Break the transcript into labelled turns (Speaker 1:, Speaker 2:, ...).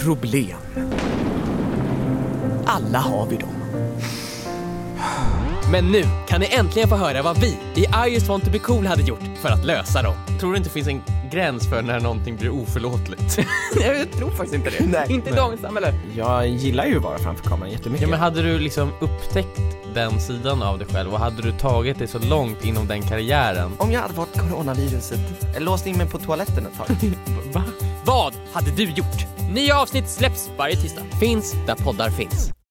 Speaker 1: Problem. Alla har vi dem.
Speaker 2: Men nu kan ni äntligen få höra vad vi i I just want to be cool hade gjort för att lösa dem. Tror du inte det finns en gräns för när någonting blir oförlåtligt?
Speaker 3: Jag tror faktiskt inte det.
Speaker 1: Nej.
Speaker 3: Inte i dagens samhälle.
Speaker 1: Jag gillar ju att vara framför kameran jättemycket.
Speaker 2: ja, men hade du liksom upptäckt den sidan av dig själv och hade du tagit dig så långt inom den karriären?
Speaker 3: Om jag hade varit coronaviruset, eh, låst in mig på toaletten ett tag.
Speaker 2: Va? Vad hade du gjort? Nya avsnitt släpps varje tisdag. Finns där poddar finns.